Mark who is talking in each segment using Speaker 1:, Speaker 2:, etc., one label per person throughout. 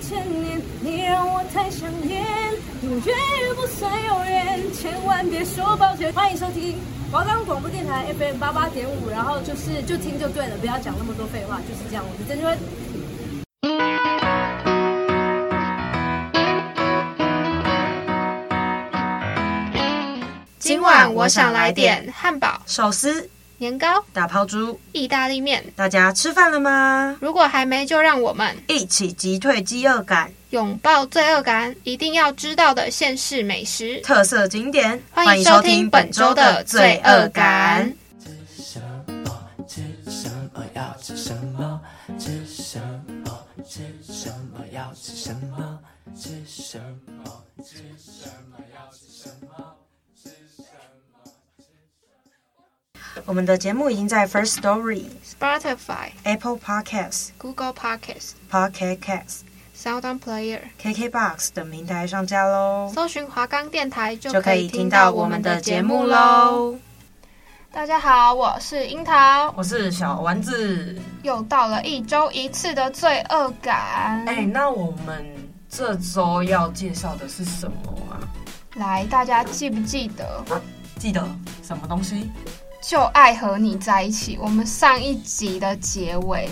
Speaker 1: 千年，你让我太想念，永远不算永远，千万别说抱歉。欢迎收听华冈广播电台 FM 八八点五，然后就是就听就对了，不要讲那么多废话，就是这样。我是郑钧。
Speaker 2: 今晚我想来点汉堡、
Speaker 3: 寿司、
Speaker 2: 年糕、
Speaker 3: 打抛猪，
Speaker 2: 意大利面。
Speaker 3: 大家吃饭了吗？
Speaker 2: 如果还没，就让我们
Speaker 3: 一起击退饥饿感，
Speaker 2: 拥抱罪恶感，一定要知道的县市美食。
Speaker 3: 特色景点，
Speaker 2: 欢迎收听本周的罪恶感。。
Speaker 4: 吃什么？吃什么？要吃什么？吃什么？吃什么？要吃什么？吃什么？吃什么？要吃什么？
Speaker 3: 我们的节目已经在 First Story、
Speaker 2: Spotify、
Speaker 3: Apple Podcasts、
Speaker 2: Google Podcasts、
Speaker 3: Pocket Casts、
Speaker 2: Sound On Player
Speaker 3: KKBox 等平台上架喽，
Speaker 2: 搜寻华冈电台就
Speaker 3: 就
Speaker 2: 可
Speaker 3: 可
Speaker 2: 以
Speaker 3: 以
Speaker 2: 听
Speaker 3: 听
Speaker 2: 到
Speaker 3: 到
Speaker 2: 我
Speaker 3: 我
Speaker 2: 们
Speaker 3: 们
Speaker 2: 的
Speaker 3: 的
Speaker 2: 节
Speaker 3: 节
Speaker 2: 目
Speaker 3: 目
Speaker 2: 喽。
Speaker 3: 喽。
Speaker 2: 大家好，我是樱桃，
Speaker 3: 我是小丸子。
Speaker 2: 又到了一周一次的罪恶感。
Speaker 5: 哎、那我们这周要介绍的是什么啊？
Speaker 2: 来，大家记不记得
Speaker 5: 记得什么东西？
Speaker 2: 就爱和你在一起。我们上一集的结尾，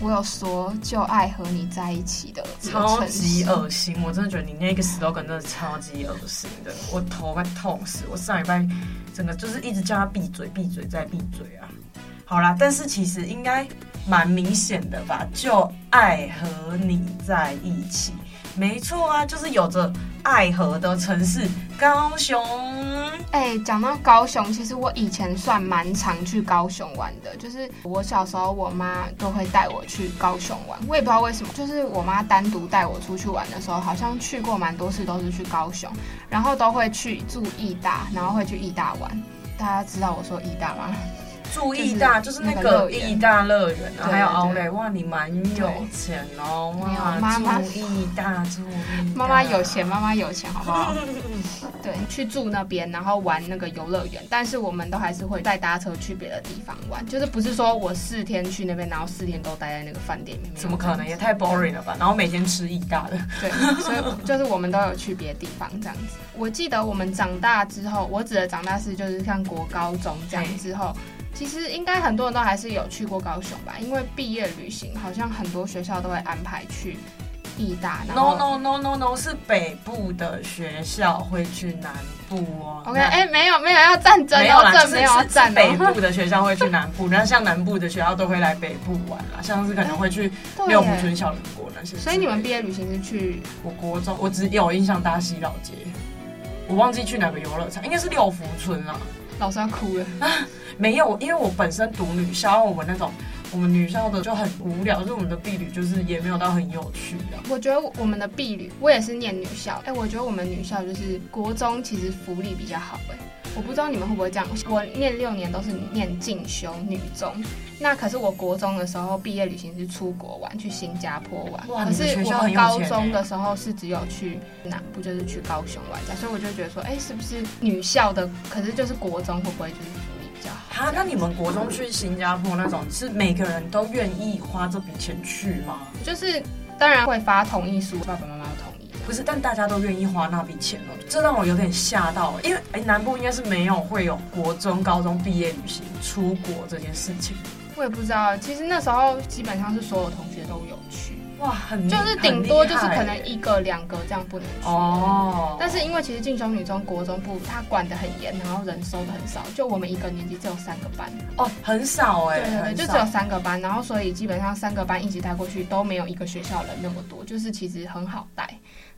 Speaker 2: 我有说就爱和你在一起的这个
Speaker 5: 超
Speaker 2: 城
Speaker 5: 级
Speaker 2: 市
Speaker 5: 恶心！我真的觉得你那个 slogan 真的超级恶心的，我头快痛死！我上礼拜整个就是一直叫他闭嘴、闭嘴再闭嘴啊。好啦，但是其实应该蛮明显的吧？就爱和你在一起，没错啊，就是有着爱河的城市高雄。
Speaker 2: 哎，讲到高雄，其实我以前算蛮常去高雄玩的，就是我小时候我妈都会带我去高雄玩，我也不知道为什么，就是我妈单独带我出去玩的时候，好像去过蛮多次都是去高雄，然后都会去住义大，然后会去义大玩。大家知道我说义大吗？
Speaker 5: 注意大，就
Speaker 2: 就
Speaker 5: 是是
Speaker 2: 那
Speaker 5: 那
Speaker 2: 个乐
Speaker 5: 个
Speaker 2: 园
Speaker 5: 义大乐园
Speaker 2: 对
Speaker 5: 啊，还有
Speaker 2: 对
Speaker 5: 奥莱，哇，你蛮有钱哦，
Speaker 2: 没有
Speaker 5: 哇，
Speaker 2: 妈妈
Speaker 5: 注意大，注意大
Speaker 2: 妈妈有钱，妈妈有钱，好不
Speaker 5: 嗯
Speaker 2: 好？对，去住那边，然后玩那个游乐园，但是我们都还是会再搭车去别的地方玩，就是不是说我四天去那边，然后四天都待在那个饭店里面，
Speaker 5: 怎么可能？也太 boring 了吧！然后每天吃义大的，
Speaker 2: 对，所以就是我们都有去别的地方这样子。我记得我们长大之后，我指的长大是就是像国高中这样之后，其实应该很多人都还是有去过高雄吧，因为毕业旅行好像很多学校都会安排去义大，然
Speaker 5: No no
Speaker 2: 后
Speaker 5: no no no，是北部的学校会去南部哦。
Speaker 2: OK，
Speaker 5: 那
Speaker 2: 哎、没有没有要战争
Speaker 5: 没有
Speaker 2: 哦，
Speaker 5: 啦，就
Speaker 2: 这
Speaker 5: 是
Speaker 2: 没有要
Speaker 5: 是
Speaker 2: 战
Speaker 5: 是北
Speaker 2: 哦。
Speaker 5: 部的学校会去南部， 然后像南部的学校都会来北部玩啦，像是可能会去
Speaker 2: 对
Speaker 5: 六福
Speaker 2: 耶，
Speaker 5: 村小人国那些之类的。
Speaker 2: 所以你们毕业旅行是去
Speaker 5: 我国中，我只有印象大溪老街，我忘记去哪个游乐场，应该是六福村啦。
Speaker 2: 老师要哭了，
Speaker 5: 没有，因为我本身读女校，然后我们那种我们女校的就很无聊，就是我们的婢女就是也没有到很有趣啊的。
Speaker 2: 我觉得我们的婢女，我也是念女校，哎、我觉得我们女校就是国中其实福利比较好、哎，我不知道你们会不会这样，我念六年都是念进修女中，那可是我国中的时候毕业旅行是出国玩，去新加坡玩，
Speaker 5: 哇
Speaker 2: 可
Speaker 5: 你们
Speaker 2: 是
Speaker 5: 学校
Speaker 2: 我
Speaker 5: 很有
Speaker 2: 高
Speaker 5: 钱
Speaker 2: 中
Speaker 5: 哎
Speaker 2: 的时候是只有去南部，就是去高雄玩这样，所以我就觉得说，哎、是不是女校的，可是就是国中会不会就是福利比较好？
Speaker 5: 哈，那你们国中去新加坡那种，是每个人都愿意花这笔钱去吗？
Speaker 2: 就是当然会发同意书，爸爸妈妈会同意的。
Speaker 5: 不是，但大家都愿意花那笔钱哦，这让我有点吓到，因为哎、南部应该是没有会有国中、高中毕业旅行出国这件事情。
Speaker 2: 我也不知道，其实那时候基本上是所有同学都有去，
Speaker 5: 哇，很
Speaker 2: 就是顶多就是
Speaker 5: 嗯很厉害欸
Speaker 2: 可能一个两个这样不能去。
Speaker 5: 哦，
Speaker 2: 但是因为其实进修女中国中部它管得很严，然后人收的很少，就我们一个年级只有三个班，
Speaker 5: 哦很少哎、
Speaker 2: 对对对，
Speaker 5: 很
Speaker 2: 就
Speaker 5: 少
Speaker 2: 只有三个班，然后所以基本上三个班一起带过去都没有一个学校人那么多，就是其实很好带，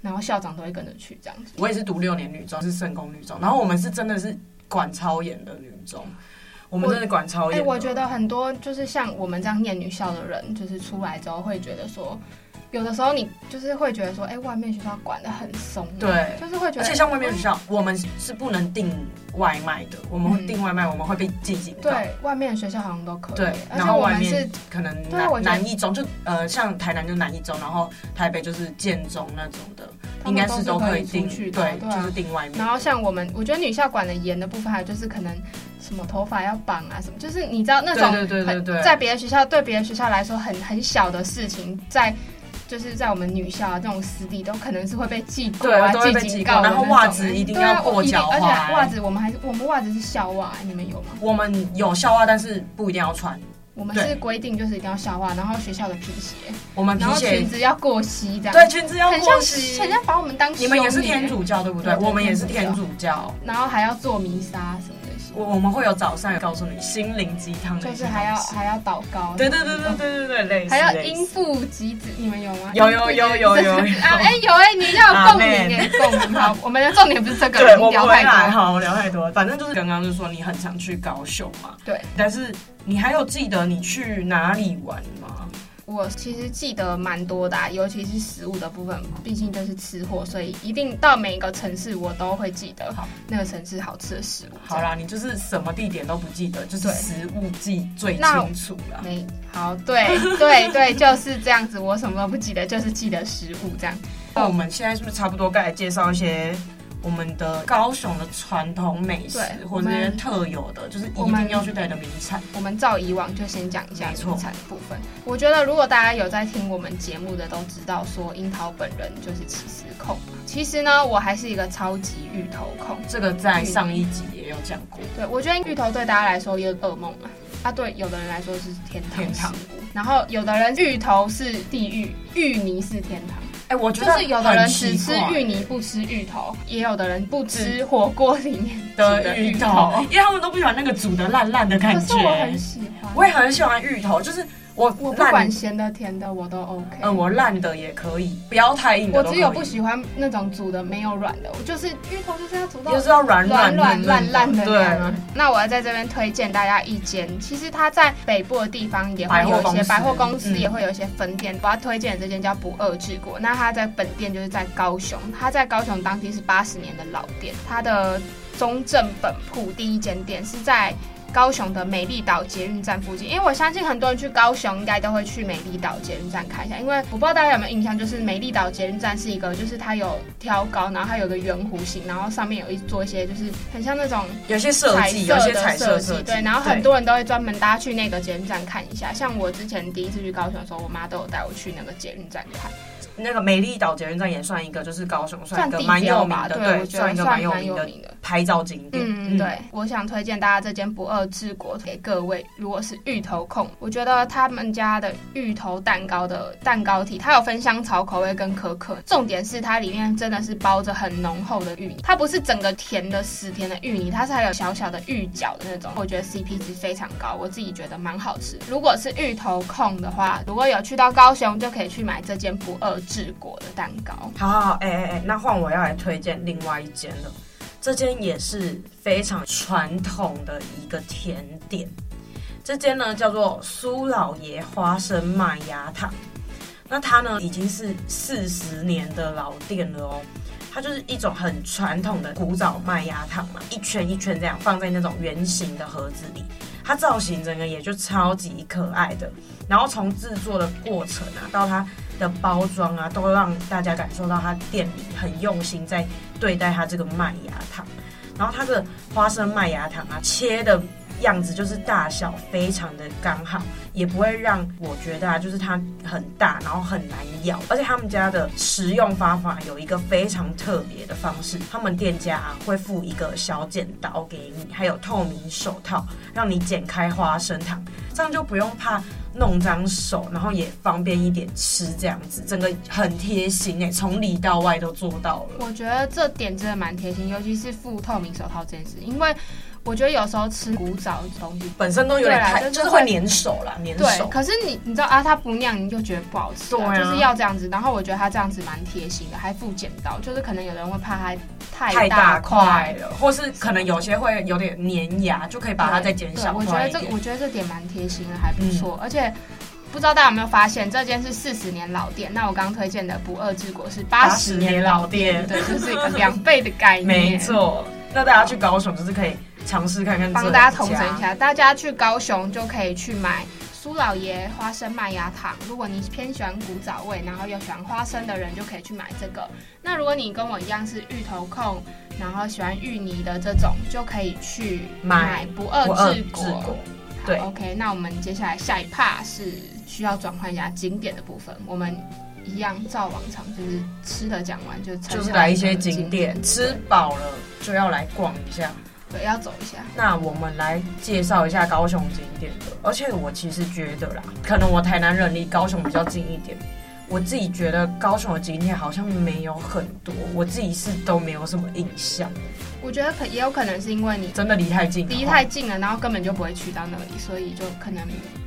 Speaker 2: 然后校长都会跟着去这样子。
Speaker 5: 我也是读六年女中，是圣公女中，然后我们是真的是管超严的女中，我们真的管超
Speaker 2: 哎、
Speaker 5: 严的。
Speaker 2: 我觉得很多就是像我们这样念女校的人，就是出来之后会觉得说，有的时候你就是会觉得说，哎、外面学校管得很松，，
Speaker 5: 对，
Speaker 2: 就是会觉得，嗯
Speaker 5: 而且像外面学校，我们是不能订外卖的，我们会订外卖，我们会被记警告。
Speaker 2: 对外面的学校好像都可以，
Speaker 5: 对，
Speaker 2: 而
Speaker 5: 然
Speaker 2: 且
Speaker 5: 后
Speaker 2: 我
Speaker 5: 外
Speaker 2: 们是
Speaker 5: 面可能
Speaker 2: 对我觉得
Speaker 5: 南南一中就呃，像台南就南一中，然后台北就是建中那种的，
Speaker 2: 他
Speaker 5: 应
Speaker 2: 们
Speaker 5: 该
Speaker 2: 都是
Speaker 5: 都
Speaker 2: 可
Speaker 5: 可
Speaker 2: 以
Speaker 5: 以
Speaker 2: 出
Speaker 5: 订，
Speaker 2: 去的，
Speaker 5: 对，
Speaker 2: 对
Speaker 5: 就是
Speaker 2: 啊。
Speaker 5: 订外面
Speaker 2: 然。后像我们，我觉得女校管的严的部分，还有就是可能什么头发要绑啊，什么，就是你知道那种
Speaker 5: 对对对对
Speaker 2: 很
Speaker 5: 对
Speaker 2: 在别的学校对别的学校来说很很小的事情，在就是在我们女校啊这种私立都可能是会被记过
Speaker 5: 对
Speaker 2: 啊、
Speaker 5: 都会被
Speaker 2: 警
Speaker 5: 记
Speaker 2: 告
Speaker 5: 过
Speaker 2: 的
Speaker 5: 然后
Speaker 2: 那种
Speaker 5: 袜子一定
Speaker 2: 对啊
Speaker 5: 要过
Speaker 2: 我一定
Speaker 5: 脚
Speaker 2: 而
Speaker 5: 踝
Speaker 2: 且袜子我们还是我们袜子是校袜，你们有吗？
Speaker 5: 我们有校袜，但是不一定要穿。
Speaker 2: 我们
Speaker 5: 对
Speaker 2: 是规定就是一定要校袜，然后学校的皮鞋，
Speaker 5: 我们皮
Speaker 2: 然后
Speaker 5: 鞋
Speaker 2: 裙子要过膝这样。
Speaker 5: 对裙子要
Speaker 2: 很
Speaker 5: 过
Speaker 2: 像
Speaker 5: 膝。
Speaker 2: 很像把我们当
Speaker 5: 你们也是
Speaker 2: 修女
Speaker 5: 天，主教对不对？
Speaker 2: 对对
Speaker 5: 我们也是天主教。
Speaker 2: 然后还要做弥撒什么的习
Speaker 5: 我我们会有早上有告诉你心灵鸡汤的
Speaker 2: 惯，
Speaker 5: 一
Speaker 2: 就
Speaker 5: 些方
Speaker 2: 是
Speaker 5: 式，
Speaker 2: 还要还要祷告。
Speaker 5: 对对对对。对对对，类似
Speaker 2: 还要
Speaker 5: 类似
Speaker 2: 应付及子，你们有吗？
Speaker 5: 有有有有有有
Speaker 2: 啊！哎有哎，你要有共
Speaker 5: 阿
Speaker 2: 鸣
Speaker 5: 妹
Speaker 2: 哎，共鸣好。我们的重点不是这个，
Speaker 5: 对，
Speaker 2: 已
Speaker 5: 我
Speaker 2: 经聊
Speaker 5: 回
Speaker 2: 太
Speaker 5: 来
Speaker 2: 多。
Speaker 5: 好，我聊太多了。反正就是刚刚就说你很常去高雄嘛，
Speaker 2: 对，
Speaker 5: 但是你还有记得你去哪里玩吗？
Speaker 2: 我其实记得蛮多的啊、尤其是食物的部分，毕竟就是吃货，所以一定到每一个城市我都会记得
Speaker 5: 好
Speaker 2: 那个城市好吃的食物。
Speaker 5: 好啦，你就是什么地点都不记得，就是
Speaker 2: 对
Speaker 5: 食物记最
Speaker 2: 那
Speaker 5: 清楚啦。
Speaker 2: 没好，对对对，就是这样子。我什么都不记得，就是记得食物这样。
Speaker 5: 那我们现在是不是差不多该来介绍一些我们的高雄的传统美食
Speaker 2: 对，
Speaker 5: 或者一些特有的，就是一
Speaker 2: 我们
Speaker 5: 定要去带的名产？
Speaker 2: 我们照以往就先讲一下
Speaker 5: 没错
Speaker 2: 名产的部分。我觉得如果大家有在听我们节目的，都知道说樱桃本人就是起司控嘛。其实呢，我还是一个超级芋头控。
Speaker 5: 这个在上一集也有讲过。
Speaker 2: 对，我觉得芋头对大家来说也是噩梦啊，它对有的人来说是天堂
Speaker 5: 天
Speaker 2: 食
Speaker 5: 堂
Speaker 2: 物，然后有的人芋头是地狱，芋泥是天堂，
Speaker 5: 哎、我觉
Speaker 2: 就
Speaker 5: 得
Speaker 2: 是有的人
Speaker 5: 很
Speaker 2: 只
Speaker 5: 奇
Speaker 2: 吃
Speaker 5: 怪
Speaker 2: 芋泥不吃芋头，也有的人不吃火锅里面煮
Speaker 5: 的
Speaker 2: 的
Speaker 5: 芋
Speaker 2: 芋
Speaker 5: 头
Speaker 2: 头，，
Speaker 5: 因为他们都不喜欢那个煮的烂烂的感
Speaker 2: 可
Speaker 5: 觉。
Speaker 2: 是我很喜欢，
Speaker 5: 我也很喜欢芋头，就是我
Speaker 2: 我不
Speaker 5: 烂
Speaker 2: 管咸的甜的我都 OK，、
Speaker 5: 嗯，我烂的也可以，不要太硬的
Speaker 2: 我
Speaker 5: 都可
Speaker 2: 只
Speaker 5: 以
Speaker 2: 有不喜欢那种煮的没有软的，我就是芋头就是要煮到
Speaker 5: 就是要软
Speaker 2: 软
Speaker 5: 软
Speaker 2: 软烂烂的
Speaker 5: 的，
Speaker 2: 那样啊
Speaker 5: 对，。
Speaker 2: 那我要在这边推荐大家一间，其实它在北部的地方也会有一些
Speaker 5: 百
Speaker 2: 百货
Speaker 5: 货
Speaker 2: 公
Speaker 5: 公司
Speaker 2: 司嗯也会有一些分店。我要推荐的这间叫不二治国，那它在本店就是在高雄，它在高雄当地是八十年的老店，它的中正本铺第一间店是在。高雄的美丽岛捷运站附近，因为我相信很多人去高雄应该都会去美丽岛捷运站看一下，因为我不知道大家有没有印象，就是美丽岛捷运站是一个，就是它有挑高，然后它有个圆弧形，然后上面有一做一些就是很像那种
Speaker 5: 有些设计，有
Speaker 2: 彩
Speaker 5: 些
Speaker 2: 的
Speaker 5: 彩色设计，
Speaker 2: 对，然后很多人都会专门搭去那个捷运站看一下。像我之前第一次去高雄的时候，我妈都有带我去那个捷运站看，
Speaker 5: 那个美丽岛捷运站也算一个，就是高雄算
Speaker 2: 算
Speaker 5: 一个
Speaker 2: 地
Speaker 5: 蛮有
Speaker 2: 标
Speaker 5: 名
Speaker 2: 吧？
Speaker 5: 的，
Speaker 2: 我觉
Speaker 5: 算
Speaker 2: 得
Speaker 5: 一个
Speaker 2: 算
Speaker 5: 蛮有
Speaker 2: 蛮
Speaker 5: 名
Speaker 2: 有
Speaker 5: 的
Speaker 2: 名的。
Speaker 5: 拍照景点。
Speaker 2: 嗯，对，，我想推荐大家这间不二治国给各位，如果是芋头控，我觉得他们家的芋头蛋糕的蛋糕体，它有分香草口味跟可可，重点是它里面真的是包着很浓厚的芋泥，它不是整个甜的死甜的芋泥，它是还有小小的芋角的那种，我觉得 CP 值非常高，我自己觉得蛮好吃。如果是芋头控的话，如果有去到高雄，就可以去买这间不二治国的蛋糕。
Speaker 5: 好好，好哎哎哎，那换我要来推荐另外一间了。这间也是非常传统的一个甜点，这间呢叫做苏老爷花生麦芽糖。那它呢已经是四十年的老店了哦，它就是一种很传统的古早麦芽糖嘛，一圈一圈这样放在那种圆形的盒子里，它造型整个也就超级可爱的。然后从制作的过程啊，到它的包装啊，都让大家感受到它店里很用心在对待它这个麦芽糖。然后它的花生麦芽糖啊，切的样子就是大小非常的刚好，也不会让我觉得啊，就是它很大，然后很难咬。而且他们家的食用方法有一个非常特别的方式，他们店家啊会附一个小剪刀给你，还有透明手套，让你剪开花生糖，这样就不用怕弄脏手，然后也方便一点吃，这样子整个很贴心哎、从里到外都做到了。
Speaker 2: 我觉得这点真的蛮贴心，尤其是附透明手套这件事，因为我觉得有时候吃古早的东西，
Speaker 5: 本身都有点
Speaker 2: 对啦啊
Speaker 5: 太，
Speaker 2: 就是
Speaker 5: 就是会粘手啦，粘
Speaker 2: 对，
Speaker 5: 手。
Speaker 2: 可是你你知道啊，它不酿你就觉得不好吃、
Speaker 5: 对啊
Speaker 2: 就是要这样子。然后我觉得它这样子蛮贴心的，还附剪刀，就是可能有人会怕它
Speaker 5: 太
Speaker 2: 大
Speaker 5: 大块了，或是可能有些会有点粘牙，就可以把它再减小
Speaker 2: 对我觉
Speaker 5: 块
Speaker 2: 得
Speaker 5: 一
Speaker 2: 这
Speaker 5: 点。嗯
Speaker 2: 我觉得这点蛮贴心的，还不错、而且。不知道大家有没有发现，这间是四十年老店。那我刚推荐的不二之国是八十
Speaker 5: 80年老店
Speaker 2: 对，就是一个两倍的概 念。
Speaker 5: 没错，那大家去高雄就是可以尝试看看这两家，
Speaker 2: 帮大家统整一下，大家去高雄就可以去买苏老爷花生麦芽糖。如果你偏喜欢古早味，然后又喜欢花生的人，就可以去买这个。那如果你跟我一样是芋头控，然后喜欢芋泥的这种，就可以去
Speaker 5: 买
Speaker 2: 不二
Speaker 5: 我二
Speaker 2: 治
Speaker 5: 治
Speaker 2: 国。
Speaker 5: 国对
Speaker 2: 好，OK，那我们接下来下一趴是需要转换一下景点的部分，我们一样照往常，就是吃的讲完就
Speaker 5: 就是来一些景
Speaker 2: 景
Speaker 5: 点，吃饱了就要来逛一下。
Speaker 2: 对，要走一下。
Speaker 5: 那我们来介绍一下高雄景点的，而且我其实觉得啦，可能我台南人离高雄比较近一点，我自己觉得高雄的景点好像没有很多，我自己是都没有什么印象，
Speaker 2: 我觉得可也有可能是因为你
Speaker 5: 真的离太近，哦
Speaker 2: 离太近了，然后根本就不会去到那里，所以就可能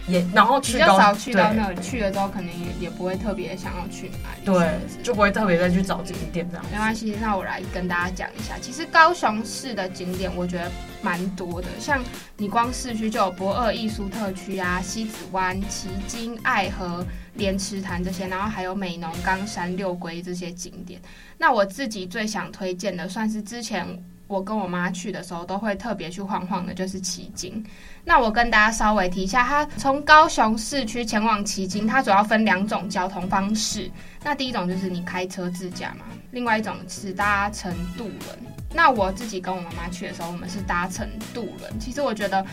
Speaker 5: 也，然后
Speaker 2: 比
Speaker 5: 去
Speaker 2: 较
Speaker 5: 高
Speaker 2: 少去到
Speaker 5: 对
Speaker 2: 那里。去了之后，可能也也不会特别想要去哪里。
Speaker 5: 对，就不会特别再去找景点这样。
Speaker 2: 没关系，那我来跟大家讲一下。其实高雄市的景点我觉得蛮多的，像你光市区就有博二艺术特区啊、西子湾、旗津、爱河、莲池潭这些，然后还有美浓冈山、六龟这些景点。那我自己最想推荐的，算是之前我跟我妈去的时候都会特别去晃晃的，就是旗津。那我跟大家稍微提一下，它从高雄市区前往旗津，它主要分两种交通方式。那第一种就是你开车自驾嘛，另外一种是搭乘渡轮。那我自己跟我妈妈去的时候，我们是搭乘渡轮。其实我觉得，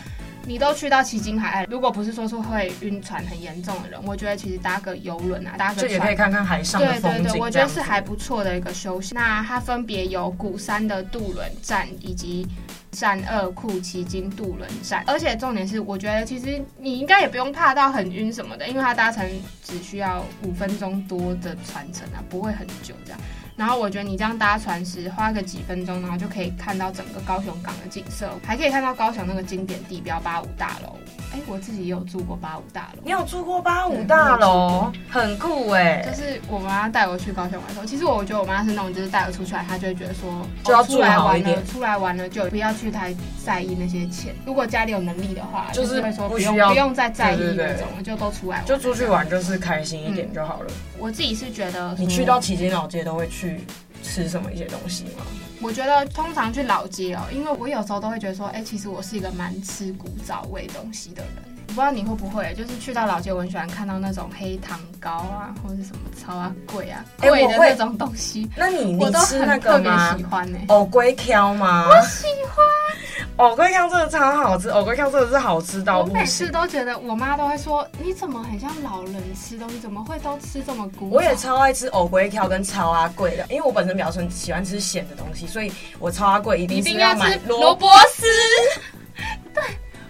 Speaker 2: 你都去到旗津海岸，如果不是说是会晕船很严重的人，我觉得其实搭个游轮啊，搭个
Speaker 5: 就
Speaker 2: 船
Speaker 5: 也可以看看海上的
Speaker 2: 对
Speaker 5: 风景
Speaker 2: 对
Speaker 5: 这样子，
Speaker 2: 对，我觉得是还不错的一个休息。那它分别有鼓山的渡轮站以及站二库旗津渡轮站，而且重点是，我觉得其实你应该也不用怕到很晕什么的，因为它搭乘只需要五分钟多的船程啊，不会很久这样。然后我觉得你这样搭船时花个几分钟，然后就可以看到整个高雄港的景色，还可以看到高雄那个经典地标八五大楼。哎，我自己也有住过八五大楼。
Speaker 5: 你有住过八五大
Speaker 2: 嗯
Speaker 5: 楼，很酷哎、
Speaker 2: 就是我妈带我去高雄玩的时候，其实我觉得我妈是那种，就是带我出去玩，她就会觉得说，
Speaker 5: 就要
Speaker 2: 哦出来
Speaker 5: 住好
Speaker 2: 玩
Speaker 5: 一
Speaker 2: 了，
Speaker 5: 点
Speaker 2: 出来玩了就不要去太在意那些钱。如果家里有能力的话，
Speaker 5: 就
Speaker 2: 就是会说
Speaker 5: 不
Speaker 2: 不
Speaker 5: 需
Speaker 2: 用
Speaker 5: 要
Speaker 2: 不用再在意
Speaker 5: 对对
Speaker 2: 那
Speaker 5: 对
Speaker 2: 种，就都出来玩。
Speaker 5: 就出去玩就是开心一点就好了。
Speaker 2: 我自己是觉得，
Speaker 5: 你去到，旗津老街都会去吃什么一些东西吗？
Speaker 2: 嗯我觉得通常去老街哦，因为我有时候都会觉得说，哎、其实我是一个蛮吃古早味东西的人。我不知道你会不会，就是去到老街，我很喜欢看到那种黑糖糕啊，或者是什么超啊、贵啊、
Speaker 5: 哎
Speaker 2: 贵
Speaker 5: 我
Speaker 2: 的
Speaker 5: 会
Speaker 2: 那种东西，
Speaker 5: 那你
Speaker 2: 我
Speaker 5: 你
Speaker 2: 都
Speaker 5: 吃那
Speaker 2: 很特
Speaker 5: 个
Speaker 2: 别
Speaker 5: 吗
Speaker 2: 喜？欢欸呢、
Speaker 5: 藕龟挑吗？
Speaker 2: 我喜欢，
Speaker 5: 藕龟挑真的超好吃，藕龟挑真的是好吃到
Speaker 2: 我
Speaker 5: 不
Speaker 2: 每次
Speaker 5: 行。
Speaker 2: 都觉得我妈都会说，你怎么很像老人吃东西，怎么会都吃这么古早？
Speaker 5: 我也超爱吃藕龟挑跟超阿贵的，因为我本身比较喜欢吃咸的东西，所以我超阿贵一定
Speaker 2: 一
Speaker 5: 是
Speaker 2: 定要
Speaker 5: 买
Speaker 2: 吃
Speaker 5: 萝
Speaker 2: 萝
Speaker 5: 卜，
Speaker 2: 卜丝。 对，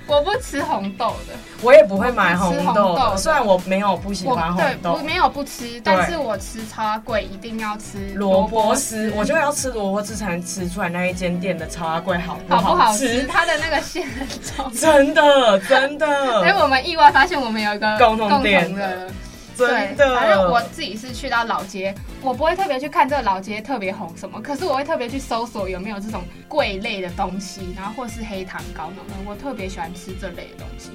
Speaker 2: 我不吃红豆的，
Speaker 5: 我也不会买
Speaker 2: 我
Speaker 5: 红
Speaker 2: 不
Speaker 5: 豆
Speaker 2: 吃红豆
Speaker 5: 的。
Speaker 2: 的
Speaker 5: 虽然我没有不喜
Speaker 2: 我
Speaker 5: 欢
Speaker 2: 对
Speaker 5: 红
Speaker 2: 我
Speaker 5: 豆，
Speaker 2: 没有不吃，但是我吃超贵，一定要吃
Speaker 5: 萝卜丝，我就要吃萝卜丝才能吃出来那一间店的超阿贵好不
Speaker 2: 好不好吃？
Speaker 5: 吃。嗯
Speaker 2: 它的那个馅很重。
Speaker 5: 真的，真的，
Speaker 2: 所以哎我们意外发现我们有一个
Speaker 5: 共同点
Speaker 2: 的，对
Speaker 5: 真，的。
Speaker 2: 反正我自己是去到老街，我不会特别去看这个老街特别红什么，可是我会特别去搜索有没有这种贵类的东西，然后或是黑糖糕那种，我特别喜欢吃这类的东西。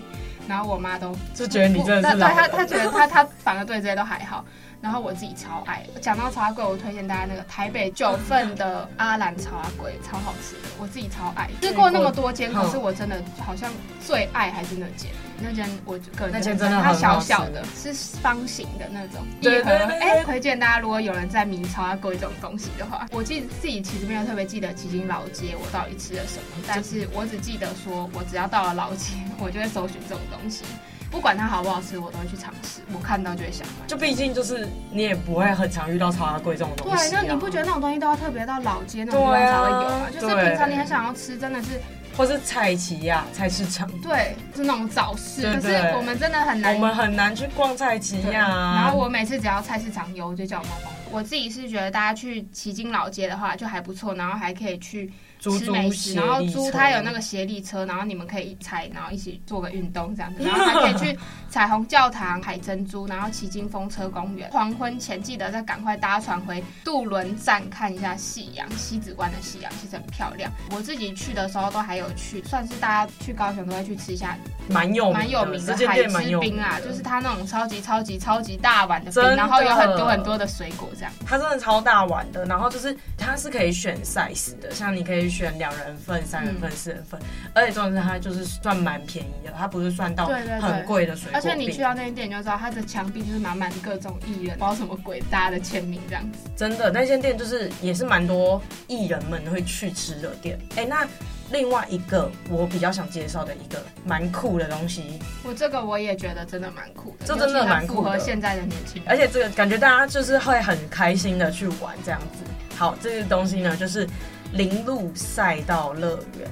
Speaker 2: 然后我妈都
Speaker 5: 就觉得
Speaker 2: 哎
Speaker 5: 你真的是
Speaker 2: 对
Speaker 5: 老人
Speaker 2: 她她觉得她她反而对这些都还好。然后我自己超爱，讲到超阿贵，我推荐大家那个台北九份的阿兰超阿贵，超好吃的，我自己超爱。吃过那么多间，
Speaker 5: 嗯
Speaker 2: 可是我真的好像最爱还是那间。那间我个人
Speaker 5: 那间
Speaker 2: 觉得
Speaker 5: 真的很好
Speaker 2: 它小
Speaker 5: 吃
Speaker 2: 小的，是方形的那种一
Speaker 5: 对
Speaker 2: 盒
Speaker 5: 对对。
Speaker 2: 哎，推荐大家，如果有人在迷超阿贵这种东西的话，我记得自己其实没有特别记得吉金老街我到底吃了什么，但是我只记得说，我只要到了老街，我就会搜寻这种东西，不管它好不好吃，我都会去尝试，我看到就会想买。
Speaker 5: 就毕竟就是你也不会很常遇到超阿贵这种东
Speaker 2: 对，
Speaker 5: 西、啊，
Speaker 2: 就你不觉得那种东西都要特别到老街那种地方
Speaker 5: 对啊
Speaker 2: 才会有吗？就是
Speaker 5: 对
Speaker 2: 平常你很想要吃，真的是
Speaker 5: 或是菜奇呀、菜市场，
Speaker 2: 对，是那种早市，
Speaker 5: 对
Speaker 2: 可是
Speaker 5: 对
Speaker 2: 我们真的很难
Speaker 5: 我们很难去逛菜奇啊
Speaker 2: 对
Speaker 5: 呀、
Speaker 2: 然后我每次只要菜市场有，我就叫我妈帮我。我自己是觉得大家去旗津老街的话就还不错，然后还可以去
Speaker 5: 租
Speaker 2: 吃美食，
Speaker 5: 租
Speaker 2: 然后
Speaker 5: 协力车
Speaker 2: 租
Speaker 5: 啊
Speaker 2: 它有那个协力车，然后你们可以一踩，然后一起做个运动这样子，然后还可以去彩虹教堂、海珍珠，然后旗津风车公园。黄昏前记得再赶快搭船回渡轮站看一下夕阳，西子湾的夕阳其实很漂亮。我自己去的时候都还有去，算是大家去高雄都会去吃一下
Speaker 5: 蛮有
Speaker 2: 蛮有名
Speaker 5: 这
Speaker 2: 的
Speaker 5: 间
Speaker 2: 海
Speaker 5: 店蛮
Speaker 2: 之
Speaker 5: 哦有名
Speaker 2: 冰
Speaker 5: 的
Speaker 2: 啊，就是它那种超级超级超级大碗的
Speaker 5: 真的
Speaker 2: 冰，然后有很多很多的水果这样。
Speaker 5: 它真的超大碗的，然后就是它是可以选 size 的，像你可以选两人份、三人份、四人份，而且重点是它就是算蛮便宜的，它不是算到
Speaker 2: 对对对
Speaker 5: 很贵的水果
Speaker 2: 而
Speaker 5: 饼，
Speaker 2: 且你去到那一店你就知道，它的墙壁就是满满各种艺人，不知道什么鬼搭的签名这样子。
Speaker 5: 真的那间店就是也是蛮多艺人们会去吃的店。哎、那另外一个我比较想介绍的一个蛮酷的东西，
Speaker 2: 我这个我也觉得真的蛮酷的，
Speaker 5: 这真的蛮酷的哎
Speaker 2: 尤其它符合现在的年轻人。
Speaker 5: 而且这个感觉大家就是会很开心的去玩这样子。好，这个东西呢就是林路赛道乐园。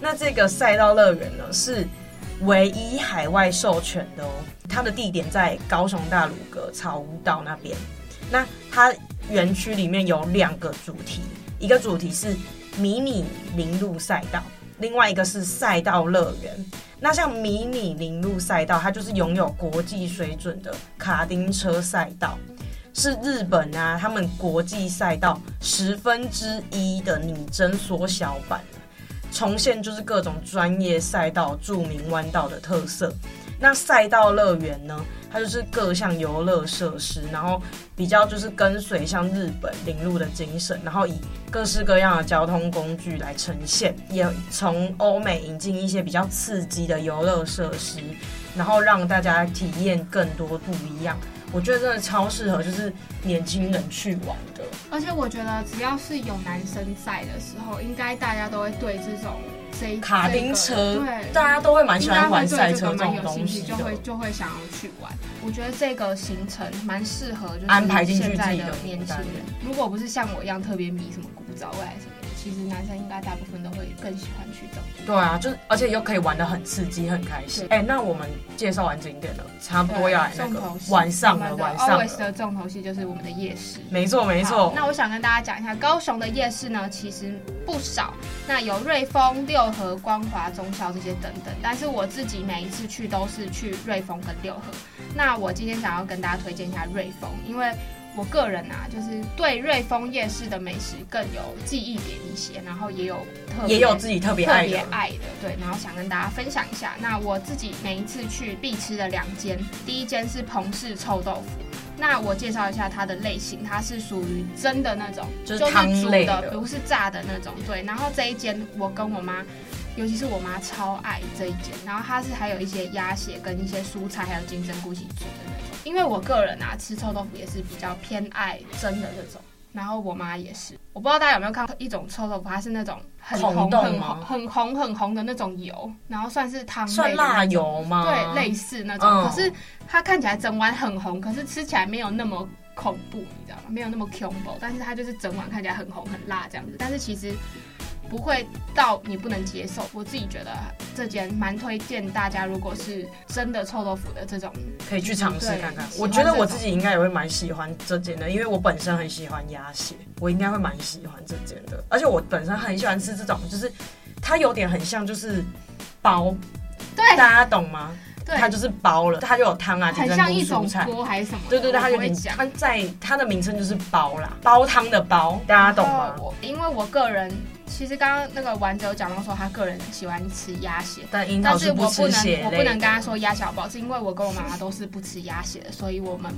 Speaker 5: 那这个赛道乐园呢是唯一海外授权的哦，它的地点在高雄大鲁阁草悟道那边。那它园区里面有两个主题，一个主题是迷你林路赛道，另外一个是赛道乐园。那像迷你林路赛道，它就是拥有国际水准的卡丁车赛道，是日本啊他们国际赛道十分之一的拟真缩小版，重现就是各种专业赛道、著名弯道的特色。那赛道乐园呢，它就是各项游乐设施，然后比较就是跟随像日本领路的精神，然后以各式各样的交通工具来呈现，也从欧美引进一些比较刺激的游乐设施，然后让大家体验更多不一样。我觉得真的超适合就是年轻人去玩的。
Speaker 2: 而且我觉得只要是有男生在的时候，应该大家都会对这种这一
Speaker 5: 卡丁车
Speaker 2: 这个对，
Speaker 5: 大家都会蛮啊喜
Speaker 2: 应该
Speaker 5: 欢
Speaker 2: 会
Speaker 5: 玩
Speaker 2: 对
Speaker 5: 赛
Speaker 2: 这
Speaker 5: 车
Speaker 2: 个
Speaker 5: 这
Speaker 2: 蛮
Speaker 5: 种
Speaker 2: 有
Speaker 5: 东
Speaker 2: 兴趣，
Speaker 5: 西
Speaker 2: 就
Speaker 5: 的。
Speaker 2: 会就会想要去玩。我觉得这个行程蛮适合，就是
Speaker 5: 安排进去
Speaker 2: 现在的
Speaker 5: 自己的
Speaker 2: 年
Speaker 5: 名
Speaker 2: 轻
Speaker 5: 单
Speaker 2: 人。如果不是像我一样特别迷什么古早味什么的，其实男生应该大部分都会更喜欢去这种。
Speaker 5: 对啊，就是而且又可以玩的很刺激，很开心。哎、那我们介绍完景点了，差不多要来那
Speaker 2: 啊重
Speaker 5: 个
Speaker 2: 头戏
Speaker 5: 晚上了，
Speaker 2: 我们的
Speaker 5: 晚上啊
Speaker 2: Always
Speaker 5: 了。
Speaker 2: 的重头戏就是我们的夜市。
Speaker 5: 没错，没
Speaker 2: 好
Speaker 5: 错。
Speaker 2: 那我想跟大家讲一下，高雄的夜市呢，其实不少，那有瑞丰、六合、光华、中校这些等等。但是我自己每一次去都是去瑞丰跟六合。那我今天想要跟大家推荐一下瑞丰，因为我个人啊，就是对瑞丰夜市的美食更有记忆点一些，然后也有特别
Speaker 5: 也有自己特别
Speaker 2: 特
Speaker 5: 爱
Speaker 2: 别
Speaker 5: 的，
Speaker 2: 爱的，对，然后想跟大家分享一下。那我自己每一次去必吃的两间，第一间是彭氏臭豆腐。那我介绍一下它的类型，它是属于真的那种，
Speaker 5: 就是
Speaker 2: 煮
Speaker 5: 汤类
Speaker 2: 的，
Speaker 5: 的
Speaker 2: 不是炸的那种。对，然后这一间我跟我妈，尤其是我妈超爱这一间，然后它是还有一些鸭血跟一些蔬菜，还有金针菇一起煮的那种。因为我个人啊，吃臭豆腐也是比较偏爱蒸的那种。然后我妈也是，我不知道大家有没有看过一种臭豆腐，它是那种很红
Speaker 5: 孔洞
Speaker 2: 很红
Speaker 5: 吗
Speaker 2: 很红很红的那种油，然后算是汤类的
Speaker 5: 算辣
Speaker 2: 那种，
Speaker 5: 油吗？
Speaker 2: 对，类似那种。
Speaker 5: 嗯
Speaker 2: 可是它看起来整碗很红，可是吃起来没有那么恐怖，你知道吗？没有那么恐怖，但是它就是整碗看起来很红很辣这样子，但是其实。不会到你不能接受，我自己觉得这间蛮推荐大家，如果是真的臭豆腐的这种，
Speaker 5: 可以去尝试看看
Speaker 2: 嗯对。
Speaker 5: 我觉得我自己应该也会蛮喜欢这间的，因为我本身很喜欢鸭血，我应该会蛮喜欢这间的。而且我本身很喜欢吃这种，就是它有点很像就是包，
Speaker 2: 对
Speaker 5: 大家懂吗？
Speaker 2: 哎对，
Speaker 5: 它就是包了，它就有汤啊，金
Speaker 2: 很
Speaker 5: 针
Speaker 2: 像
Speaker 5: 菇
Speaker 2: 一种
Speaker 5: 蔬菜。
Speaker 2: 锅还是什么的？
Speaker 5: 对对对，
Speaker 2: 我
Speaker 5: 它
Speaker 2: 不
Speaker 5: 有
Speaker 2: 会
Speaker 5: 点
Speaker 2: 讲
Speaker 5: 它在它的名称就是煲啦，煲汤的煲，大家懂吗
Speaker 2: 然？后我呃因为我个人，其实刚刚那个丸子有讲到说他个人喜欢吃鸭血，
Speaker 5: 但樱
Speaker 2: 但
Speaker 5: 桃
Speaker 2: 是我不
Speaker 5: 吃
Speaker 2: 能
Speaker 5: 血
Speaker 2: 我不
Speaker 5: 类
Speaker 2: 能
Speaker 5: 的
Speaker 2: 跟他说鸭血好不好吃，因为我跟我妈妈都是不吃鸭血的，所以我们。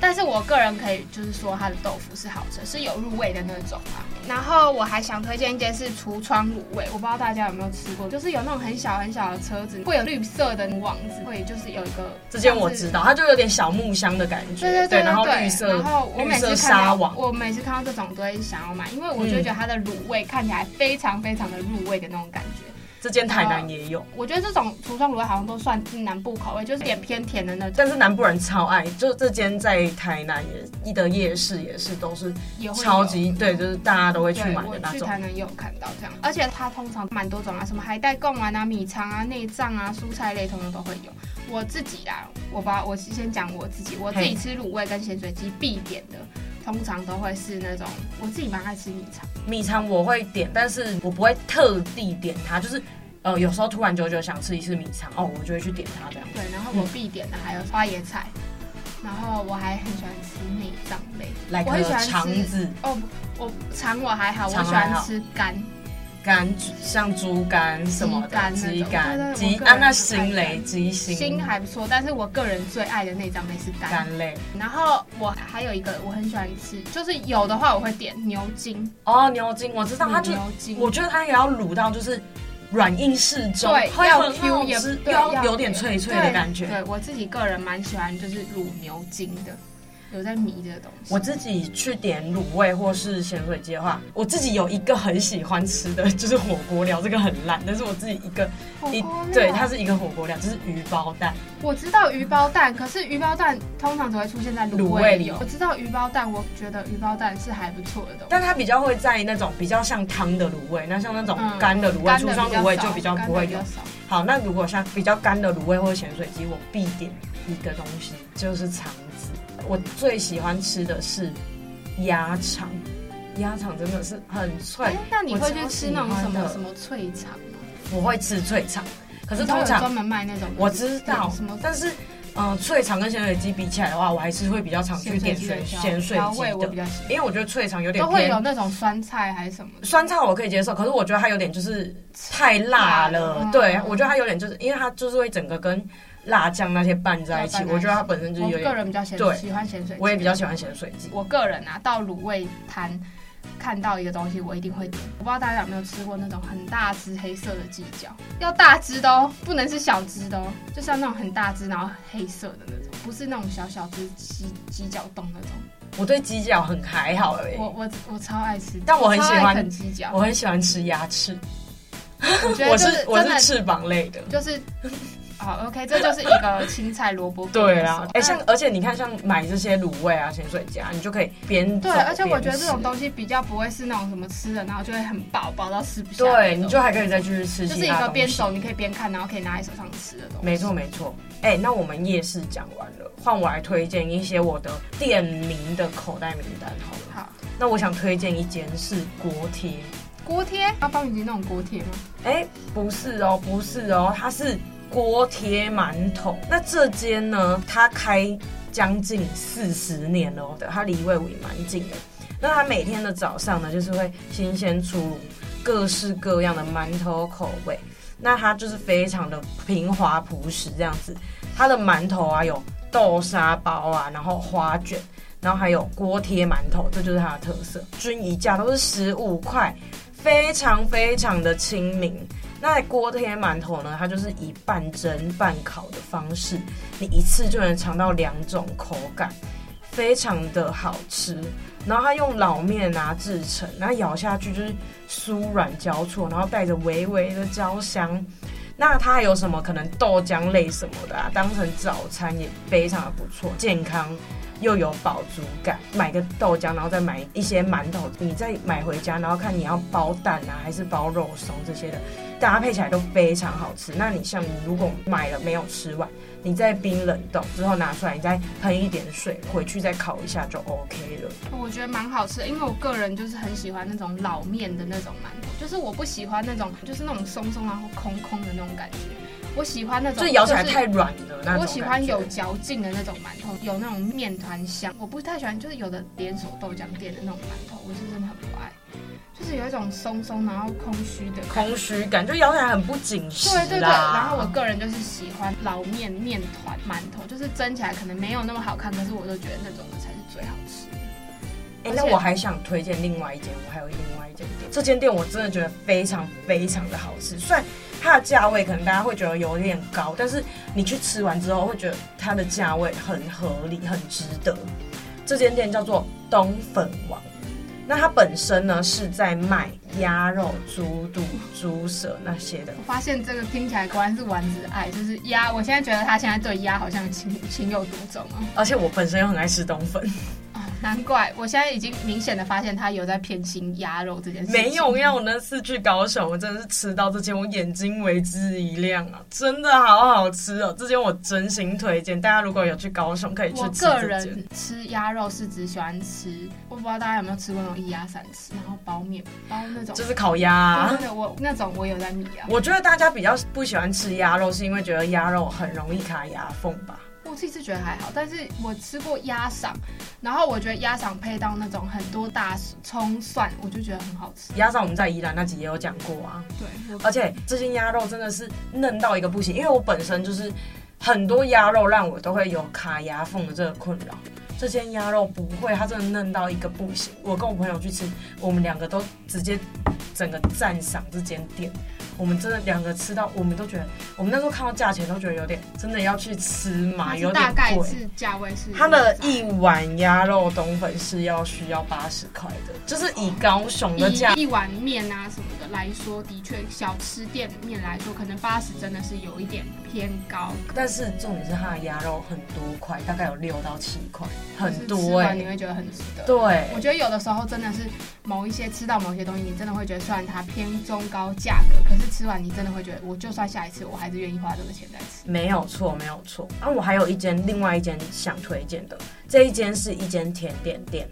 Speaker 2: 但是我个人可以就是说它的豆腐是好吃，是有入味的那种啊。然后我还想推荐一间是橱窗卤味，我不知道大家有没有吃过，就是有那种很小很小的车子，会有绿色的网子，会就是有一个
Speaker 5: 这间我
Speaker 2: 像是
Speaker 5: 知道，它就有点小木箱的感觉，
Speaker 2: 对对对对，
Speaker 5: 然后
Speaker 2: 对
Speaker 5: 绿色
Speaker 2: 然后我
Speaker 5: 绿
Speaker 2: 每
Speaker 5: 色
Speaker 2: 次看
Speaker 5: 纱
Speaker 2: 到
Speaker 5: 网，
Speaker 2: 我每次看到这种都会想要买，因为我就
Speaker 5: 嗯
Speaker 2: 觉得它的卤味看起来非常非常的入味的那种感觉。
Speaker 5: 这间台
Speaker 2: 哦
Speaker 5: 南也有，
Speaker 2: 我觉得这种橱窗卤味好像都算是南部口味，就是有点偏甜的那种，
Speaker 5: 但是南部人超爱，就这间在台南也的夜市也是都是
Speaker 2: 也会有嗯
Speaker 5: 超级对，就是大家都会去
Speaker 2: 对
Speaker 5: 买的
Speaker 2: 我
Speaker 5: 那
Speaker 2: 去
Speaker 5: 种。
Speaker 2: 台南也有看到这样，而且它通常蛮多种啊，什么海带贡丸啊、米肠啊、内脏啊、蔬菜类，通通都会有。我自己啦，我把我先讲我自己，我自己
Speaker 5: 嘿
Speaker 2: 吃卤味跟咸水鸡必点的，通常都会是那种我自己蛮爱吃米肠。
Speaker 5: 米肠我会点，但是我不会特地点它，就是呃有时候突然久久想吃一次米肠，哦，我就会去点它这样。
Speaker 2: 对，然后我必点的还有花椰菜，然后我还很喜欢吃内脏类，
Speaker 5: 来
Speaker 2: 我很喜
Speaker 5: 个
Speaker 2: 欢吃
Speaker 5: 肠子、
Speaker 2: 哦，不我肠我还好，我
Speaker 5: 肠
Speaker 2: 喜
Speaker 5: 还
Speaker 2: 欢
Speaker 5: 好
Speaker 2: 吃肝，
Speaker 5: 肝，像猪肝什么
Speaker 2: 鸡肝
Speaker 5: 的，鸡肝、
Speaker 2: 那种对对
Speaker 5: 鸡
Speaker 2: 我个人
Speaker 5: 啊，那
Speaker 2: 很爱
Speaker 5: 心雷、鸡心、
Speaker 2: 心还不错，但是我个人最爱的内脏类是肝。
Speaker 5: 肝类。
Speaker 2: 然后我还有一个我很喜欢吃，就是有的话我会点牛筋，
Speaker 5: 哦，牛筋我知道，它就
Speaker 2: 嗯牛筋，
Speaker 5: 我觉得它也要卤到就是软硬适中，
Speaker 2: 对
Speaker 5: 会
Speaker 2: 要
Speaker 5: 很
Speaker 2: Q
Speaker 5: 好
Speaker 2: 也
Speaker 5: 吃，
Speaker 2: 对
Speaker 5: 又要
Speaker 2: 要
Speaker 5: 有点脆脆的
Speaker 2: 对
Speaker 5: 感觉。
Speaker 2: 对我自己个人蛮喜欢就是卤牛筋的。有在迷这个东西。
Speaker 5: 我自己去点卤味或是咸水鸡的话，我自己有一个很喜欢吃的就是火锅料，这个很烂，但是我自己一个
Speaker 2: 火
Speaker 5: 一
Speaker 2: 锅料
Speaker 5: 对，它是一个火锅料，就是鱼包蛋。
Speaker 2: 我知道鱼包蛋，可是鱼包蛋通常只会出现在卤
Speaker 5: 卤味
Speaker 2: 味
Speaker 5: 里
Speaker 2: 里。哦我知道鱼包蛋，我觉得鱼包蛋是还不错的东西。
Speaker 5: 但它比较会在那种比较像汤的卤味，那像那种
Speaker 2: 嗯
Speaker 5: 干的卤味、
Speaker 2: 干
Speaker 5: 出
Speaker 2: 的
Speaker 5: 霜
Speaker 2: 比较
Speaker 5: 卤味
Speaker 2: 少
Speaker 5: 就比较不会有
Speaker 2: 干的比较。少
Speaker 5: 好，那如果像比较干的卤味或咸水鸡，我必点一个东西就是肠子。我最喜欢吃的是鸭肠，鸭肠真的是很脆
Speaker 2: 哎，，那你
Speaker 5: 我
Speaker 2: 会
Speaker 5: 超
Speaker 2: 去吃
Speaker 5: 喜
Speaker 2: 那种
Speaker 5: 欢
Speaker 2: 什么
Speaker 5: 的
Speaker 2: 什么脆肠吗？
Speaker 5: 我会吃脆肠，可是
Speaker 2: 你知道
Speaker 5: 通
Speaker 2: 有
Speaker 5: 常
Speaker 2: 专门卖那种，
Speaker 5: 我知道
Speaker 2: 什么，
Speaker 5: 但是嗯、呃脆肠跟咸水鸡比起来的话，我还是会比较常去点
Speaker 2: 咸水
Speaker 5: 水
Speaker 2: 鸡的
Speaker 5: 咸水
Speaker 2: 调
Speaker 5: 鸡
Speaker 2: 味我比
Speaker 5: 的，
Speaker 2: 较喜欢，
Speaker 5: 因为我觉得脆肠有点
Speaker 2: 都会
Speaker 5: 偏
Speaker 2: 有那种酸菜还是什么的。
Speaker 5: 酸菜我可以接受，可是我觉得它有点就是太辣了。
Speaker 2: 嗯
Speaker 5: 对，我觉得它有点就是，因为它就是会整个跟辣酱那些拌在一起，
Speaker 2: 对拌在一起
Speaker 5: 我觉得它本身就是
Speaker 2: 我
Speaker 5: 有
Speaker 2: 个
Speaker 5: 点。
Speaker 2: 人比较咸
Speaker 5: 对
Speaker 2: 喜欢咸水鸡，
Speaker 5: 我也比较喜欢咸水鸡，
Speaker 2: 我个人啊，到卤味摊看到一个东西，我一定会点。我不知道大家有没有吃过那种很大只黑色的鸡脚，要大只的哦，不能是小只的哦，就是要那种很大只，然后黑色的那种，不是那种小小只鸡鸡脚冻那种。
Speaker 5: 我对鸡脚很还好而已。
Speaker 2: 我我我超爱吃，
Speaker 5: 但我很喜欢
Speaker 2: 超爱啃鸡脚
Speaker 5: 我，很喜欢吃鸭翅，
Speaker 2: 我觉
Speaker 5: 我
Speaker 2: 得啊就是是
Speaker 5: 我
Speaker 2: 真
Speaker 5: 是
Speaker 2: 的
Speaker 5: 翅膀类的。
Speaker 2: 就是。 好，OK，这就是一个青菜萝卜。
Speaker 5: 对啦，哎、
Speaker 2: 哎、
Speaker 5: 像而且你看，像买这些卤味啊、咸水鸡啊，你就可以边
Speaker 2: 对，
Speaker 5: 走
Speaker 2: 而且我觉得这种
Speaker 5: 边
Speaker 2: 东西比啊较不会是那种什么吃了，然后就会很饱，饱到吃不
Speaker 5: 吃
Speaker 2: 下。
Speaker 5: 对你就还可以再继续吃
Speaker 2: 就
Speaker 5: 其
Speaker 2: 是一
Speaker 5: 他
Speaker 2: 个
Speaker 5: 东
Speaker 2: 边
Speaker 5: 西
Speaker 2: 走你可以边看，然后可以拿在手上吃的东西。
Speaker 5: 没错没错，哎、那我们夜市讲完了，换我来推荐一些我的店名的口袋名单好了。
Speaker 2: 好，
Speaker 5: 那我想推荐一间是锅贴，
Speaker 2: 锅贴要帮你那种锅贴吗？
Speaker 5: 哎、不是哦，不是哦，它是锅贴馒头。那这间呢，它开将近四十年了哦，它离魏武也蛮近的。那它每天的早上呢，就是会新鲜出炉各式各样的馒头口味。那它就是非常的平滑朴实这样子，它的馒头啊有豆沙包啊，然后花卷，然后还有锅贴馒头，这就是它的特色。均一价都是十五块，非常非常的亲民。那锅贴馒头呢，它就是以半蒸半烤的方式，你一次就能尝到两种口感，非常的好吃。然后它用老面啊制成，然后咬下去就是酥软交错，然后带着微微的焦香。那它还有什么可能豆浆类什么的啊，当成早餐也非常的不错，健康又有饱足感。买个豆浆，然后再买一些馒头，你再买回家，然后看你要包蛋啊，还是包肉松这些的，搭配起来都非常好吃。那你像你如果买了没有吃完，你再冰冷冻之后拿出来，你再喷一点水，回去再烤一下就 OK 了。
Speaker 2: 我觉得蛮好吃的，因为我个人就是很喜欢那种老面的那种馒头，就是我不喜欢那种就是那种松松然后空空的那种感觉，我喜欢那种
Speaker 5: 就咬起来
Speaker 2: 是
Speaker 5: 太软了那种感觉。
Speaker 2: 我喜欢有嚼劲的那种馒头，有那种面团香。我不太喜欢，就是有的连锁豆浆店的那种馒头，我是真的很不爱。就是有一种松松然后空虚的感觉
Speaker 5: 空虚感，就咬起来很不紧实啦。
Speaker 2: 对对对，然后我个人就是喜欢老面面团馒头，就是蒸起来可能没有那么好看，可是我就觉得那种的才是最好吃的。
Speaker 5: 哎、
Speaker 2: 而且
Speaker 5: 那我还想推荐另外一间，我还有另外一间店，这间店我真的觉得非常非常的好吃。虽然它的价位可能大家会觉得有点高，但是你去吃完之后会觉得它的价位很合理，很值得。这间店叫做东粉王，那它本身呢是在卖鸭肉、猪肚、猪舌那些的，
Speaker 2: 我发现这个听起来果然是丸子的爱，就是鸭。我现在觉得他现在对鸭好像情情有独钟啊。
Speaker 5: 而且我本身又很爱吃东粉。
Speaker 2: 啊，难怪我现在已经明显的发现他有在偏心鸭肉这件事情。
Speaker 5: 没有呀，我那次去高雄，我真的是吃到这间，我眼睛为之一亮啊！真的好好吃哦，这间我真心推荐，大家如果有去高雄，可以去
Speaker 2: 我
Speaker 5: 吃
Speaker 2: 个
Speaker 5: 这间
Speaker 2: 人。吃鸭肉是只喜欢吃，我不知道大家有没有吃过那种一鸭三吃，然后包面包那种。
Speaker 5: 就是烤鸭、啊
Speaker 2: 对，对对，我那种我有在迷啊。
Speaker 5: 我觉得大家比较不喜欢吃鸭肉，是因为觉得鸭肉很容易卡牙缝吧？
Speaker 2: 我自己是觉得还好，但是我吃过鸭嗓，然后我觉得鸭嗓配到那种很多大葱蒜，我就觉得很好吃。
Speaker 5: 鸭上我们在宜兰那集也有讲过啊，
Speaker 2: 对，我
Speaker 5: 而且这间鸭肉真的是嫩到一个不行，因为我本身就是很多鸭肉让我都会有卡牙缝的这个困扰。这间鸭肉不会，它真的嫩到一个不行。我跟我朋友去吃，我们两个都直接整个赞赏这间店。我们真的两个吃到，我们都觉得，我们那时候看到价钱都觉得有点真的要去吃嘛，
Speaker 2: 它
Speaker 5: 有
Speaker 2: 是
Speaker 5: 点
Speaker 2: 大概
Speaker 5: 贵。
Speaker 2: 是价位是
Speaker 5: 它的一碗鸭肉冬粉是要需要八十块的，就是以高雄的价
Speaker 2: 以一碗面啊什么的来说，的确小吃店面来说，可能八十真的是有一点偏高，
Speaker 5: 但是重点是它的鸭肉很多块，大概有六到七块，很
Speaker 2: 就是吃
Speaker 5: 多哎、
Speaker 2: 完你会觉得很值得。
Speaker 5: 对，
Speaker 2: 我觉得有的时候真的是某一些吃到某些东西，你真的会觉得虽然它偏中高价格，可是吃完你真的会觉得，我就算下一次我还是愿意花这个钱再吃。
Speaker 5: 没有错，没有错。啊，我还有一间，另外一间想推荐的，这一间是一间甜点店，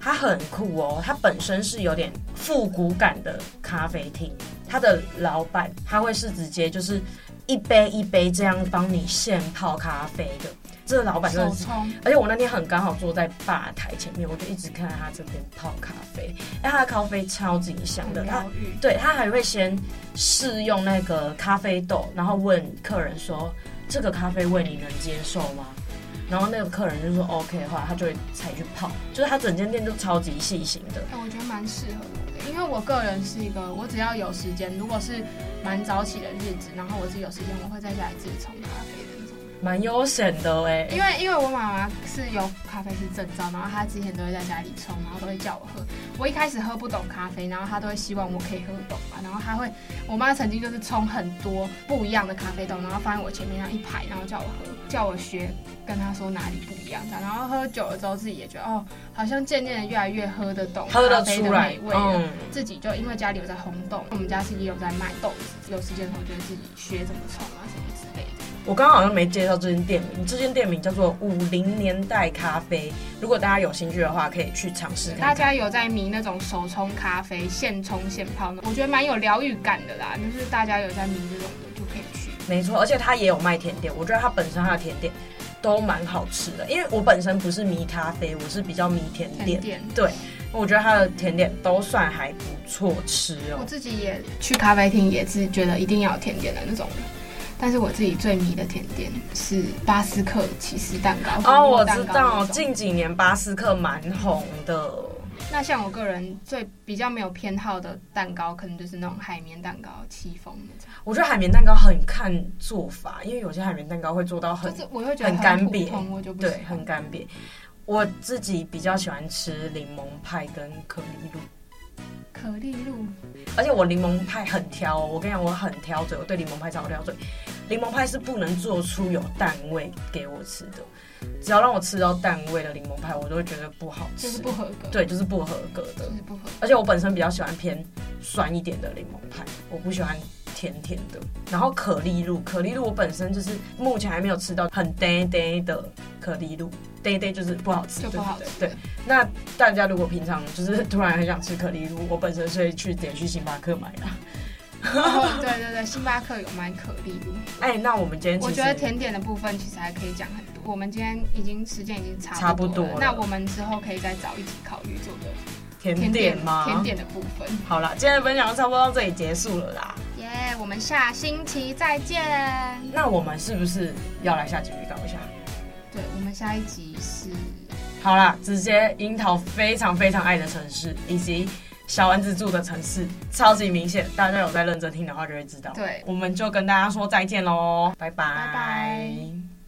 Speaker 5: 它很酷哦，它本身是有点复古感的咖啡厅，它的老板他会是直接就是一杯一杯这样帮你现泡咖啡的，这个老板真
Speaker 2: 手
Speaker 5: 的是。
Speaker 2: 冲
Speaker 5: 而且我那天很刚好坐在吧台前面，我就一直看他这边泡咖啡，哎，他的咖啡超级香的，
Speaker 2: 很
Speaker 5: 他
Speaker 2: 疗愈，
Speaker 5: 对他还会先试用那个咖啡豆，然后问客人说这个咖啡味你能接受吗？然后那个客人就说 OK 的话，他就会才去泡，就是他整间店都超级细心的。
Speaker 2: 哎我觉得蛮适合我的，因为我个人是一个，我只要有时间，如果是蛮早起的日子，然后我自己有时间，我会在家里自己冲咖啡的那种。
Speaker 5: 蛮悠闲的哎、
Speaker 2: 因为因为我妈妈是有咖啡师证照，然后她之前都会在家里冲，然后都会叫我喝。我一开始喝不懂咖啡，然后她都会希望我可以喝懂嘛，然后她会，我妈曾经就是冲很多不一样的咖啡豆，然后放在我前面那一排，然后叫我喝，叫我学，跟她说哪里不一样这样。然后喝久了之后，自己也觉得哦，好像渐渐的越来越喝得懂
Speaker 5: 喝
Speaker 2: 咖
Speaker 5: 得
Speaker 2: 啡
Speaker 5: 出
Speaker 2: 的
Speaker 5: 来
Speaker 2: 美，味啊了。
Speaker 5: 嗯，
Speaker 2: 自己就因为家里有在烘豆，我们家是也有在卖豆子，有时间的时候就会自己学怎么冲啊什么之类的。
Speaker 5: 我刚刚好像没介绍这间店名，这间店名叫做五零年代咖啡。如果大家有兴趣的话，可以去尝试看看。
Speaker 2: 大家有在迷那种手冲咖啡，现冲现泡呢？我觉得蛮有疗愈感的啦。就是大家有在迷这种的，就可以去。
Speaker 5: 没错，而且它也有卖甜点，我觉得它本身它的甜点都蛮好吃的，因为我本身不是迷咖啡，我是比较迷甜
Speaker 2: 甜
Speaker 5: 点，
Speaker 2: 点
Speaker 5: 对，我觉得它的甜点都算还不错吃哦
Speaker 2: 我。自己也去咖啡厅，也是觉得一定要有甜点的那种人。但是我自己最迷的甜点是巴斯克起司蛋糕。
Speaker 5: 哦，我
Speaker 2: 红
Speaker 5: 知
Speaker 2: 木蛋糕
Speaker 5: 道，
Speaker 2: 那种
Speaker 5: 近几年巴斯克蛮红的，
Speaker 2: 那像我个人最比较没有偏好的蛋糕，可能就是那种海绵蛋糕、戚风那种。
Speaker 5: 我觉得海绵蛋糕很看做法，因为有些海绵蛋糕会做到很
Speaker 2: 就是我会觉得
Speaker 5: 很干
Speaker 2: 普
Speaker 5: 瘪
Speaker 2: 通，我就不喜
Speaker 5: 对，
Speaker 2: 欢
Speaker 5: 很。干瘪。我自己比较喜欢吃柠檬派跟可丽露。
Speaker 2: 可丽露
Speaker 5: 而且我柠檬派很挑、哦，我跟你讲，我很挑嘴，我对柠檬派超挑嘴。柠檬派是不能做出有蛋味给我吃的，只要让我吃到蛋味的柠檬派，我都会觉得不好
Speaker 2: 就
Speaker 5: 吃。
Speaker 2: 是不合格，，
Speaker 5: 对，就是不合格的
Speaker 2: 就。是不合格。
Speaker 5: 而且我本身比较喜欢偏酸一点的柠檬派，我不喜欢甜甜的。
Speaker 2: 嗯
Speaker 5: 然后可丽露，可丽露我本身就是目前还没有吃到很呆呆的可丽露，呆呆就是不好吃，
Speaker 2: 就不好吃
Speaker 5: 对对对。对那大家如果平常就是突然很想吃可丽露，我本身是会去点去星巴克买的。
Speaker 2: 哦， 对对对，星巴克有卖可丽露。
Speaker 5: 哎，那我们今天其
Speaker 2: 我
Speaker 5: 实
Speaker 2: 觉得甜点的部分其实还可以讲很多。我们今天已经时间已经差
Speaker 5: 差
Speaker 2: 不
Speaker 5: 不
Speaker 2: 多
Speaker 5: 多
Speaker 2: 了，
Speaker 5: 了
Speaker 2: 那我们之后可以再找一起考虑做的
Speaker 5: 甜点吗？
Speaker 2: 甜点的部分。
Speaker 5: 好啦，今天的分享就差不多到这里结束了啦。
Speaker 2: 耶、我们下星期再见。
Speaker 5: 那我们是不是要来下集预告一下？
Speaker 2: 对，我们下一集是
Speaker 5: 好啦，直接樱桃非常非常爱的城市，以及小丸子住的城市，超级明显。大家有在认真听的话就会知道。
Speaker 2: 对
Speaker 5: 我们就跟大家说再见喽，拜拜。
Speaker 2: 拜拜